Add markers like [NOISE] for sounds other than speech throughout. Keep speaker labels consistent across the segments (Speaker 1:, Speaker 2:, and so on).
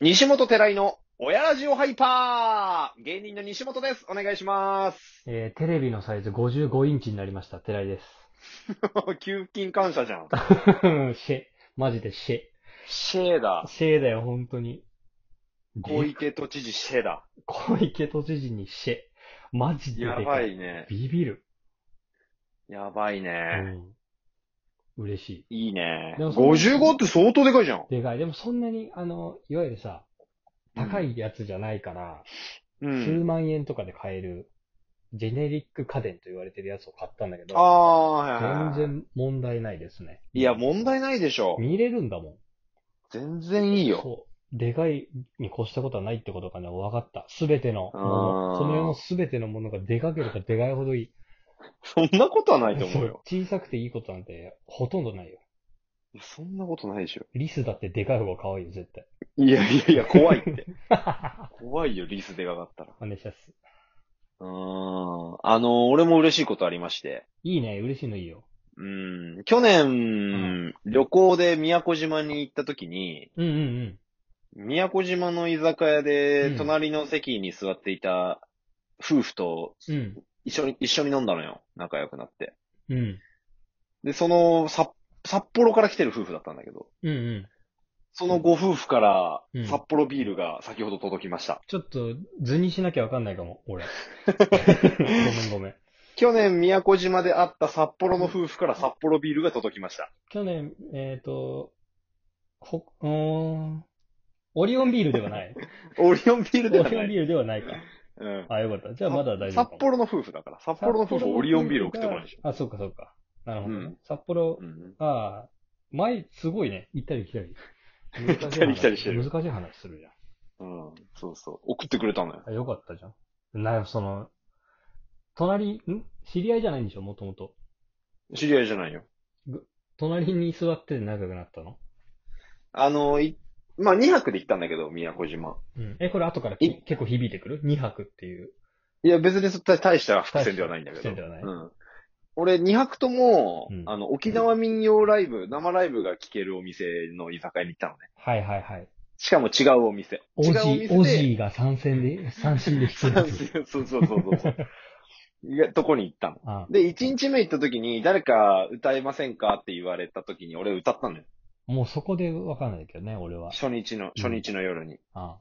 Speaker 1: 西本寺井の親ラジオハイパー芸人の西本です。お願いします。 [LAUGHS]
Speaker 2: えーテレビのサイズ55インチになりました。寺井です。
Speaker 1: 給付金感謝じゃん。
Speaker 2: [LAUGHS] シェ。マジでシ
Speaker 1: シェー
Speaker 2: ェ。
Speaker 1: だ。
Speaker 2: シェだよ、本当に。
Speaker 1: 小池都知事シェーだ。
Speaker 2: 小池都知事にシェ。マジでで
Speaker 1: や
Speaker 2: かい。
Speaker 1: ばいね。
Speaker 2: ビビる。
Speaker 1: やばいうね。
Speaker 2: ん。嬉し
Speaker 1: いいね。
Speaker 2: でもその
Speaker 1: 55って相当でかいじゃん。
Speaker 2: い。でかい。でもそんなに、あの、いわゆるさ、高いやつじゃないから、
Speaker 1: う
Speaker 2: 数
Speaker 1: ん。
Speaker 2: 万円とかで買える、ジェネリック家電と言われてるやつを買ったんだけ
Speaker 1: あ
Speaker 2: ど、
Speaker 1: あ、はいはいはい
Speaker 2: 全。然問題ないですね。
Speaker 1: いや、問題ないでしょ。
Speaker 2: 見れるんだもん。
Speaker 1: 全然いいよ。
Speaker 2: そう。でかいに越したことはないってことがね、分かった。すべての
Speaker 1: あー
Speaker 2: もの、その世のすべてのものがでかければでかいほどいい。
Speaker 1: そんなことはないと思うよ。
Speaker 2: 小さくていいことなんてほとんどないよ。
Speaker 1: いやそんなことないでしょ。
Speaker 2: リスだってでかい方が可愛いよ、
Speaker 1: [LAUGHS]
Speaker 2: 絶対。
Speaker 1: いやいやいや、怖いって。怖いよ、リスでかかったら。
Speaker 2: マネしやす。
Speaker 1: うーん。あの、俺も嬉しいことありまして。
Speaker 2: いいね、嬉しいのいいよ。
Speaker 1: うん。去年、旅行で宮古島に行った時に、
Speaker 2: うんうんうん。
Speaker 1: 宮古島の居酒屋で
Speaker 2: う、ん
Speaker 1: 隣の席に座っていた夫婦と
Speaker 2: うん。
Speaker 1: 一緒に、一緒に飲んだのよ。仲良くなって。
Speaker 2: うん。
Speaker 1: で、その、札札幌から来てる夫婦だったんだけど、
Speaker 2: うんうん。
Speaker 1: そのご夫婦から
Speaker 2: うん
Speaker 1: 札幌ビールが先ほど届きました。
Speaker 2: ちょっと、図にしなきゃわかんないかも、
Speaker 1: [LAUGHS]
Speaker 2: 俺。ごめんごめん。
Speaker 1: 去年、宮古島で会った札幌の夫婦から札幌ビールが届きました。
Speaker 2: 去年、えっ、と、ほ、うーん。オリオンビールではない。
Speaker 1: オリ [LAUGHS] オンビールでは
Speaker 2: オリオ
Speaker 1: な
Speaker 2: ン
Speaker 1: い。
Speaker 2: ビールではないか。
Speaker 1: うん。
Speaker 2: あ、よかった。じゃあまだ大丈夫
Speaker 1: 札
Speaker 2: かも。
Speaker 1: 幌の夫婦だから。札幌の夫婦オリオンビール送ってこないでしょ。
Speaker 2: あ、そうかそうか。なるほどね。
Speaker 1: うん
Speaker 2: 札幌
Speaker 1: う、ん。
Speaker 2: ああ、前、すごいね。行ったり来た
Speaker 1: [LAUGHS]
Speaker 2: り。行
Speaker 1: ったり来たりしてる
Speaker 2: 難しい話するじゃん。
Speaker 1: うん。そうそう。送ってくれたのよ。
Speaker 2: あ、よかったじゃん。な、その、隣、ん知り合いじゃないんでしょ、もともと。
Speaker 1: 知り合いじゃないよ。
Speaker 2: 隣に座って仲良くなったの
Speaker 1: あの、い、まあ、2泊で行ったんだけど、宮古島。
Speaker 2: うん。え、これ後から
Speaker 1: い
Speaker 2: き結構響いてくる ?2 泊っていう。
Speaker 1: いや、別にそ大した伏線ではないんだけど。
Speaker 2: 大した伏線ではない
Speaker 1: うん。俺、2泊とも、
Speaker 2: うん
Speaker 1: あの、沖縄民謡ライブ、生ライブが聴けるお店の居酒屋に行ったのね。
Speaker 2: はいはいはい。
Speaker 1: しかも違うお店。
Speaker 2: オ
Speaker 1: 違
Speaker 2: ジ
Speaker 1: うお店で。
Speaker 2: ー、オジーが参戦で、三振で
Speaker 1: そ
Speaker 2: 引
Speaker 1: う
Speaker 2: き
Speaker 1: そう
Speaker 2: 抜く。
Speaker 1: そうそうそうそう。いや、とこに行ったの。
Speaker 2: あ
Speaker 1: で、1日目行った時に、誰か歌えませんかって言われた時に、俺歌ったのよ。
Speaker 2: もうそこでわかんないけどね、俺は。
Speaker 1: 初日の、初日の夜に。
Speaker 2: あ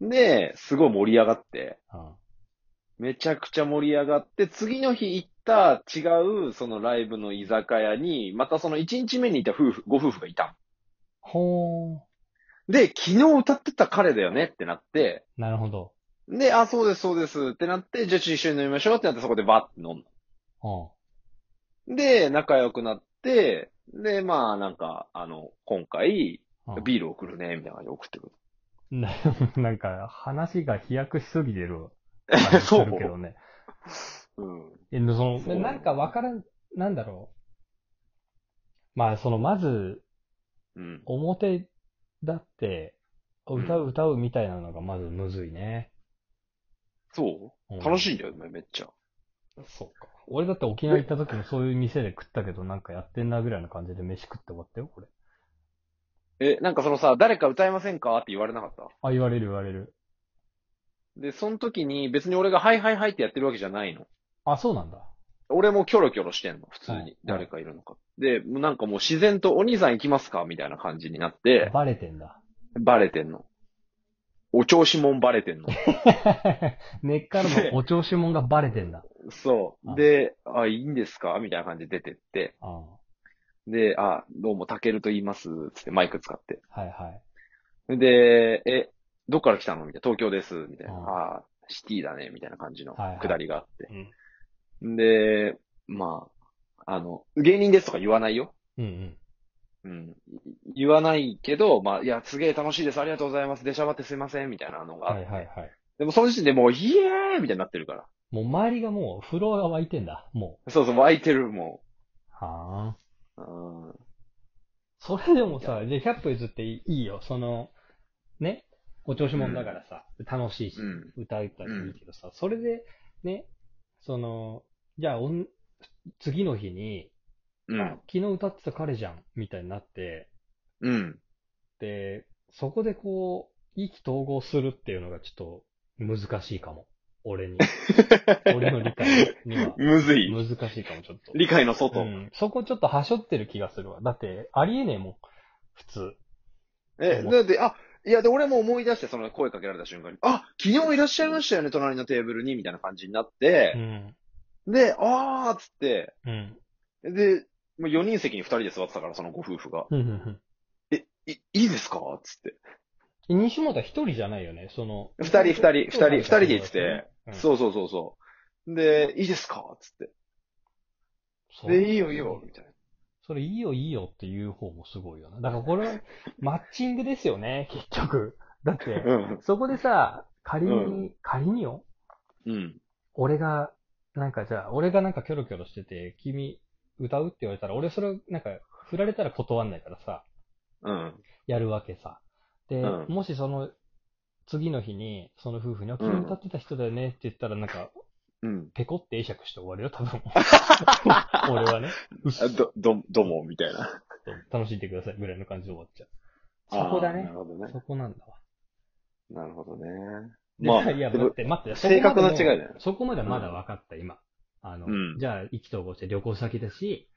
Speaker 1: で、すごい盛り上がって、
Speaker 2: あ、
Speaker 1: めちゃくちゃ盛り上がって、次の日行った違う、そのライブの居酒屋に、またその1日目にいた夫婦、ご夫婦がいた
Speaker 2: ほー。
Speaker 1: の。で、昨日歌ってた彼だよねってなって、
Speaker 2: なるほど。
Speaker 1: で、あ、そうです、そうですってなって、じゃあ一緒に飲みましょうってなって、そこでバッて飲んだ。
Speaker 2: うん。
Speaker 1: で、仲良くなって、で、まあ、なんか、あの、今回、
Speaker 2: うん
Speaker 1: ビール送るね、みたいな感じで送ってくる。
Speaker 2: な [LAUGHS] なんか、話が飛躍しすぎてる。
Speaker 1: そう
Speaker 2: するけどね。
Speaker 1: うん。
Speaker 2: え、でそ
Speaker 1: [LAUGHS] そう
Speaker 2: の、なんかわからん、なんだろう。まあ、その、まず、
Speaker 1: うん。
Speaker 2: 表だって、
Speaker 1: ん
Speaker 2: 歌う、歌うみたいなのがまずむずいね。
Speaker 1: そう楽
Speaker 2: い
Speaker 1: しいんだよ、めっちゃ。
Speaker 2: そうか。俺だって沖縄行った時もそういう店で食ったけど、なんかやってんなぐらいの感じで飯食って終わったよ、これ。
Speaker 1: え、なんかそのさ、誰か歌えませんかって言われなかった
Speaker 2: あ、言われる言われる。
Speaker 1: で、その時に別に俺がはいはいはいってやってるわけじゃないの。
Speaker 2: あ、そうなんだ。
Speaker 1: 俺もキョロキョロしてんの、普通
Speaker 2: は
Speaker 1: に
Speaker 2: い。
Speaker 1: 誰かいるのか。で、もうなんかもう自然とお兄さん行きますかみたいな感じになって、
Speaker 2: バレてんだ。 [LAUGHS]
Speaker 1: バレてんの。お調子もんバレてんの。
Speaker 2: 根っからのお調子者がバレてんだ。
Speaker 1: そう。で、あ、いいんですかみたいな感じで出てって。
Speaker 2: ああ
Speaker 1: で、あ、どうも、たけると言います。つってマイク使って。
Speaker 2: はいはい。
Speaker 1: で、え、どっから来たのみたいな。東京です。みたいな。
Speaker 2: うん
Speaker 1: ああ、シティだね。みたいな感じの
Speaker 2: はいはい
Speaker 1: 下りがあって。
Speaker 2: うん
Speaker 1: で、まあ、あの、芸人ですとか言わないよ。
Speaker 2: うんうん。
Speaker 1: うん。い言わないけど、まあ、いや、すげえ楽しいです。ありがとうございます。出しゃばってすいません。みたいなのがあっ
Speaker 2: は
Speaker 1: て。
Speaker 2: いはいはい。
Speaker 1: でも、その時点でもう、イエーイみたいになってるから。
Speaker 2: もう周りがもう、フロアが湧いてんだ、もう。
Speaker 1: そうそう、湧いてる、も
Speaker 2: は
Speaker 1: う。
Speaker 2: あ。
Speaker 1: うん。
Speaker 2: それでもさ、で、100歩譲っていいよ、その、ね、お調子者だからさ、楽しいし、
Speaker 1: うん。
Speaker 2: 歌ったらいいけどさ、それで、ね、その、じゃあおん、次の日に、
Speaker 1: うん
Speaker 2: あ。昨日歌ってた彼じゃん、みたいになって、
Speaker 1: うん。
Speaker 2: で、そこでこう、意気投合するっていうのがちょっと難しいかも。俺に。俺の理解には
Speaker 1: [LAUGHS] むずい。
Speaker 2: 難しいかも、ちょっと。
Speaker 1: 理解の外。
Speaker 2: うん、そこちょっとはしょってる気がするわ。だって、ありえねえもん。普通。
Speaker 1: え、だって、あ、いや、で、俺も思い出して、その声かけられた瞬間に、あ、昨日いらっしゃいましたよね、隣のテーブルに、みたいな感じになって
Speaker 2: う、ん。
Speaker 1: で、あーっつって、
Speaker 2: うん。
Speaker 1: で、もう4人席に2人で座ってたから、そのご夫婦が。
Speaker 2: うんうん
Speaker 1: え、い、いいですかっつって。
Speaker 2: うん。西本は一人じゃないよね、その。
Speaker 1: 二人二人二人二人で言ってて
Speaker 2: うん。
Speaker 1: そうそうそうそう。で、いいですかっつって。
Speaker 2: そう
Speaker 1: で、いいよいいよ、みたいな。
Speaker 2: それいいよいいよっていう方もすごいよな。だからこれは、マッチングですよね、 [LAUGHS] 結局。だって、
Speaker 1: うん。
Speaker 2: そこでさ、仮に、
Speaker 1: うん
Speaker 2: 仮によ、
Speaker 1: うん。
Speaker 2: 俺が、なんかじゃあ、俺がなんかキョロキョロしてて、君、歌うって言われたら、俺それ、なんか、振られたら断んないからさ、
Speaker 1: うん。
Speaker 2: やるわけさ。で、
Speaker 1: うん
Speaker 2: もしその、次の日に、その夫婦に、あ、
Speaker 1: うん
Speaker 2: 君歌ってた人だよねって言ったら、なんか、
Speaker 1: うん。
Speaker 2: ペコって会釈して終わるよ、多
Speaker 1: [LAUGHS]
Speaker 2: 分。俺はね、うっす
Speaker 1: あど、ど、どうも、みたいな。
Speaker 2: 楽しんでくださいぐらいの感じで終わっちゃう。そこだ
Speaker 1: あーな
Speaker 2: ね
Speaker 1: る。ほどね。
Speaker 2: そこなんだわ。
Speaker 1: なるほどね。
Speaker 2: で
Speaker 1: まあ、
Speaker 2: いや、
Speaker 1: でも
Speaker 2: 待って、待って。
Speaker 1: 正確な違いだよね
Speaker 2: そこまでもそこまではまだ分かった、今。あの、
Speaker 1: うん
Speaker 2: じゃあ、意気投合して旅行先だし、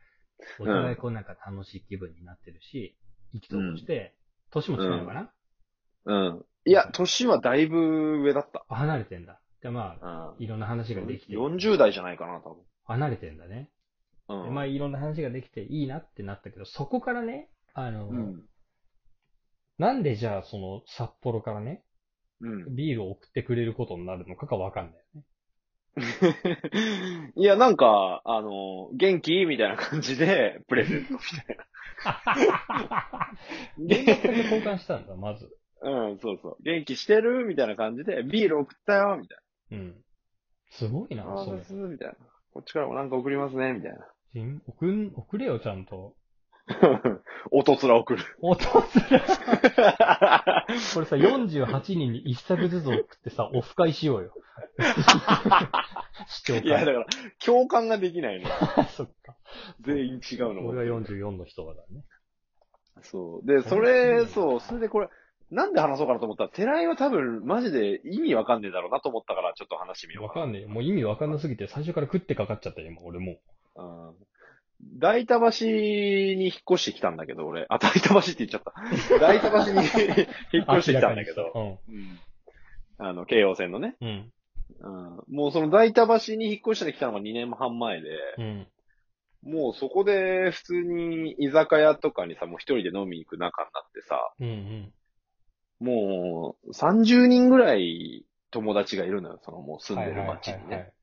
Speaker 2: お互いこうなんか楽しい気分になってるし、意気投合して、年も近いのかな、
Speaker 1: うん。いや、年はだいぶ上だった。
Speaker 2: 離れてんだ。じゃあまあ、
Speaker 1: うん。
Speaker 2: いろんな話ができて、
Speaker 1: 40代じゃないかな、多
Speaker 2: 離れてんだね。
Speaker 1: 分。うん。
Speaker 2: まあ、いろんな話ができていいなってなったけど、そこからね、あの、
Speaker 1: うん。
Speaker 2: なんでじゃあ、その、札幌からね、
Speaker 1: うん。 [LAUGHS]
Speaker 2: ビールを送ってくれることになるのかがわかんないよ [LAUGHS] ね。
Speaker 1: いや、なんか、あの、元気みたいな感じで、 [LAUGHS] プレゼントみたいな。
Speaker 2: 連絡先交換したんだ、まず。
Speaker 1: うん、そうそう。元気してるみたいな感じで、ビール送ったよみたい
Speaker 2: うん。すごいな
Speaker 1: な。あ、、
Speaker 2: そ
Speaker 1: そう
Speaker 2: れ
Speaker 1: で。す、みたいな。こっちからもなんか送りますね、みたいな。
Speaker 2: 人送ん、送れよ、ちゃんと。
Speaker 1: [LAUGHS] 音面送る。
Speaker 2: お父さん、これさ、48人に1作ずつ送ってさ、オフ会しようよ。 [LAUGHS] 視聴
Speaker 1: いや、だか
Speaker 2: 会。
Speaker 1: ら、共感ができないの。
Speaker 2: そっか。
Speaker 1: 全員違うの。
Speaker 2: 俺が44の人だからね。
Speaker 1: そう。で、それ、そう、それでこれ、なんで話そうかなと思ったら、寺井は多分、マジで意味わかんねえだろうなと思ったから、ちょっと話してみよう
Speaker 2: わ
Speaker 1: かな。
Speaker 2: かんねえよ。もう意味わかんなすぎて、最初から食ってかかっちゃったよ、今、俺も
Speaker 1: う
Speaker 2: う。
Speaker 1: ん。大田橋に引っ越してきたんだけど、俺。あ、大田橋って言っちゃった。大田橋に [LAUGHS] 引っ越してきたんだけど。
Speaker 2: ど。
Speaker 1: うん。あの、京王線のね。
Speaker 2: うん。うん。
Speaker 1: うん。もうその大田橋に引っ越してきたのが2年半前で、
Speaker 2: うん。
Speaker 1: もうそこで普通に居酒屋とかにさ、もう一人で飲みに行く仲になってさ、
Speaker 2: うん。うん。
Speaker 1: もう、30人ぐらい友達がいるのよ、そのもう住んでる町
Speaker 2: は
Speaker 1: に
Speaker 2: いはいはいはい
Speaker 1: ね、。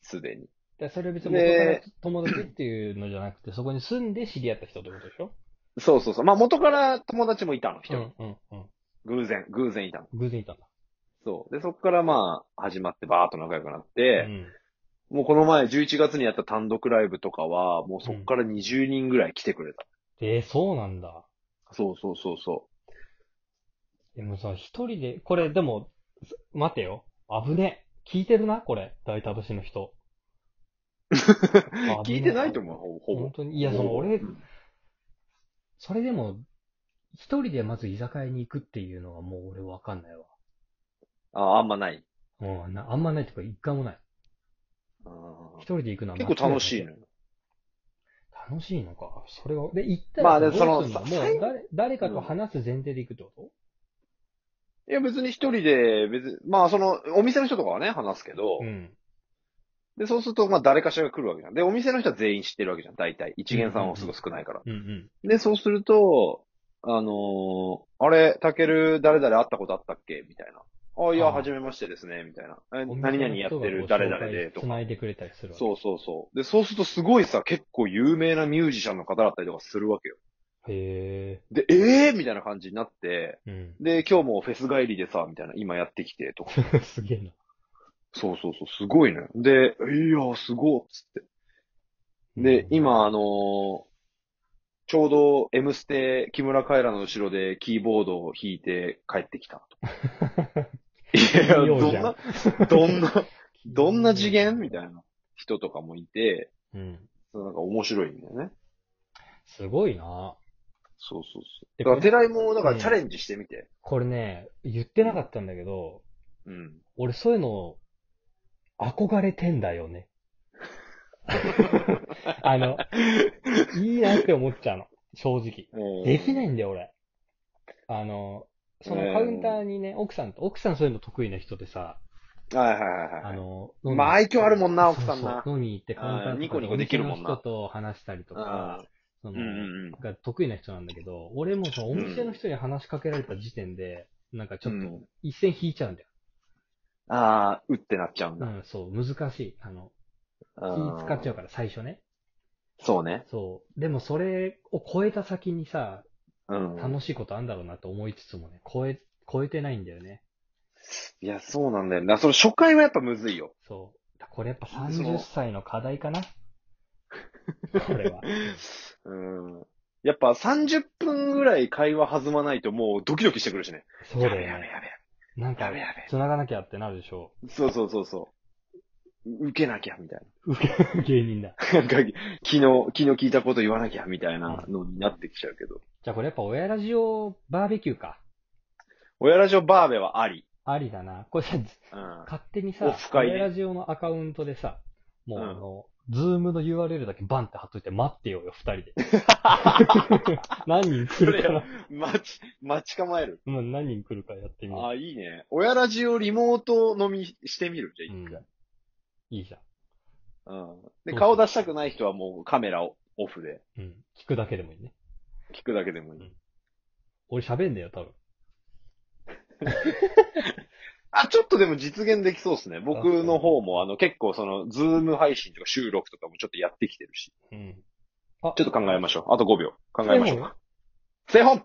Speaker 1: すでに。
Speaker 2: でそれは別に元から
Speaker 1: で
Speaker 2: 友達っていうのじゃなくて、そこに住んで知り合った人ってことでしょ
Speaker 1: そうそうそう。まあ元から友達もいたの、一
Speaker 2: う
Speaker 1: 人。
Speaker 2: んうんうん。
Speaker 1: 偶然、偶然いたの。
Speaker 2: 偶然いたんだ。
Speaker 1: そう。で、そこからまあ、始まってバーっと仲良くなっ
Speaker 2: う
Speaker 1: て、
Speaker 2: ん。
Speaker 1: もうこの前11月にやった単独ライブとかは、もうそこから20人ぐらい来てくれた。
Speaker 2: えー、そうなんだ。
Speaker 1: そうそうそうそ
Speaker 2: でもさ、一人で、これでも、す待てよ。危ねえ。聞いてるな、これ。大田橋の [LAUGHS] 人。
Speaker 1: う。聞いてないと思う、ほぼ。
Speaker 2: 本当に。いや、その
Speaker 1: ほぼ
Speaker 2: 俺、それでも、一人でまず居酒屋に行くっていうのはもう俺わかんないわ。
Speaker 1: あ、あんまない。
Speaker 2: うん、なあんまないとか一回もない。
Speaker 1: うん
Speaker 2: 一人で行くのは
Speaker 1: 結構楽しいのよ。
Speaker 2: 楽しいのか。それは、で、行ったら
Speaker 1: まあ
Speaker 2: さ
Speaker 1: ねその
Speaker 2: どうすん
Speaker 1: さ
Speaker 2: もう
Speaker 1: 最
Speaker 2: 誰、誰かと話す前提で行くってこ
Speaker 1: いや、別に一人で、別に、まあその、お店の人とかはね、話すけど、
Speaker 2: とうん。
Speaker 1: で、そうすると、まあ、誰かしらが来るわけじゃん。で、お店の人は全員知ってるわけじゃん。大体。一元さんはすごい少ないから。
Speaker 2: うんうん。
Speaker 1: で、そうすると、あのーあれ、たける、誰々会ったことあったっけみたいな。あ、いや、
Speaker 2: あー
Speaker 1: 初めましてですね、みたいな。え
Speaker 2: お
Speaker 1: 何
Speaker 2: 店
Speaker 1: 々
Speaker 2: の人
Speaker 1: やっ
Speaker 2: がこう
Speaker 1: てる、誰々で、とか
Speaker 2: 紹介繋。いでくれたりするわけ
Speaker 1: そうそうそう。で、そうするとすごいさ、結構有名なミュージシャンの方だったりとかするわけよ。
Speaker 2: へ
Speaker 1: で、えーみたいな感じになって、[LAUGHS]
Speaker 2: え。うん。
Speaker 1: で、今日もフェス帰りでさ、みたいな、今やってきて、と
Speaker 2: [LAUGHS]
Speaker 1: か。
Speaker 2: すげえな。
Speaker 1: そうそうそう、すごいね。で、いや、すごっ、つって。で、今、あのーちょうど M ステ、木村カエラの後ろでキーボードを弾いて帰ってきたと。
Speaker 2: [LAUGHS]
Speaker 1: いや、
Speaker 2: よう
Speaker 1: ど
Speaker 2: じ
Speaker 1: ん
Speaker 2: ゃん
Speaker 1: な、どんな、どんな次元みたいな人とかもいて、
Speaker 2: うん。
Speaker 1: そうなんか面白いんだよね。
Speaker 2: すごいな
Speaker 1: そうそうそう。
Speaker 2: で
Speaker 1: だから、寺井も、だか
Speaker 2: う
Speaker 1: ら
Speaker 2: ん
Speaker 1: チャレンジしてみて。
Speaker 2: これね、言ってなかったんだけど、
Speaker 1: うん。
Speaker 2: 俺そういうの、憧れてんだよね。 [LAUGHS] あの、いいなって思っちゃうの。正直。できないんだよ、俺。あの、そのカウンターにね、奥さんと、奥さんそういうの得意な人でさ、
Speaker 1: はいはいはいは
Speaker 2: あ
Speaker 1: い。
Speaker 2: の、
Speaker 1: まあ愛嬌あるもんな
Speaker 2: そう
Speaker 1: 奥さんな
Speaker 2: そう飲みに行ってカウンタ
Speaker 1: あ
Speaker 2: ーと
Speaker 1: ー
Speaker 2: か
Speaker 1: ニコニコできるもんな
Speaker 2: お店の人と話したりとか、その、
Speaker 1: うんうんうん。
Speaker 2: が得意な人なんだけど、俺もそのお店の人に話しかけられた時点で、なんかちょっと
Speaker 1: うん
Speaker 2: 一線引いちゃうんだよ。
Speaker 1: ああ、うってなっちゃうん
Speaker 2: う
Speaker 1: だ。
Speaker 2: ん、そう、難しい。あの、気
Speaker 1: うん
Speaker 2: 使っちゃうから、最初ね。
Speaker 1: そうね。
Speaker 2: そう。でもそれを超えた先にさ、
Speaker 1: うん。
Speaker 2: 楽しいことあんだろうなと思いつつもね、超え、超えてないんだよね。
Speaker 1: いや、そうなんだよな。それ初回はやっぱむずいよ。
Speaker 2: そう。だこれやっぱ
Speaker 1: その
Speaker 2: 30歳の課題かなこ
Speaker 1: [LAUGHS]
Speaker 2: れは。
Speaker 1: うん。やっぱ30分ぐらい会話弾まないともうドキドキしてくるしね。
Speaker 2: そうだ
Speaker 1: やべや
Speaker 2: よ
Speaker 1: べ
Speaker 2: ね。
Speaker 1: やべ。
Speaker 2: なんか
Speaker 1: やべやべ、
Speaker 2: 繋がなきゃってなるでしょ。
Speaker 1: そうそうそうそう。受けなきゃ、みたい
Speaker 2: 芸人だ。
Speaker 1: な。なんか、 [LAUGHS] 昨日、昨日聞いたこと言わなきゃ、みたいなのになってきちゃうけど。
Speaker 2: じゃあこれやっぱ親ラジオバーベキューか。
Speaker 1: 親ラジオバーベはあり。
Speaker 2: ありだな。これさ、
Speaker 1: うん。
Speaker 2: 勝手に
Speaker 1: オ
Speaker 2: さ、
Speaker 1: フ会ね
Speaker 2: 親ラジオのアカウントでさ、もう
Speaker 1: う
Speaker 2: あ
Speaker 1: ん
Speaker 2: の、ズームの URL だけバンって貼っといて待ってようよ、二人で。
Speaker 1: [LAUGHS]
Speaker 2: 何人来るかな。
Speaker 1: 待ち、待ち構える。
Speaker 2: うん何人来るかやってみよ
Speaker 1: ああ、いいね。親ラジオリモート飲みしてみる。じゃあ
Speaker 2: う。う
Speaker 1: 一
Speaker 2: ん
Speaker 1: 回。
Speaker 2: いいじゃ
Speaker 1: うん。で、顔出したくない人はもうカメラをオフで
Speaker 2: ん。うん。聞くだけでもいいね。
Speaker 1: 聞くだけでもいい。
Speaker 2: 俺喋んだよ、多分。
Speaker 1: あ、ちょっとでも実現できそうですね。僕の方も、あの、結構その、ズーム配信とか収録とかもちょっとやってきてるし。
Speaker 2: うん。
Speaker 1: ちょっと考えましょう。あと5秒。考
Speaker 2: 考
Speaker 1: えましょう。。製本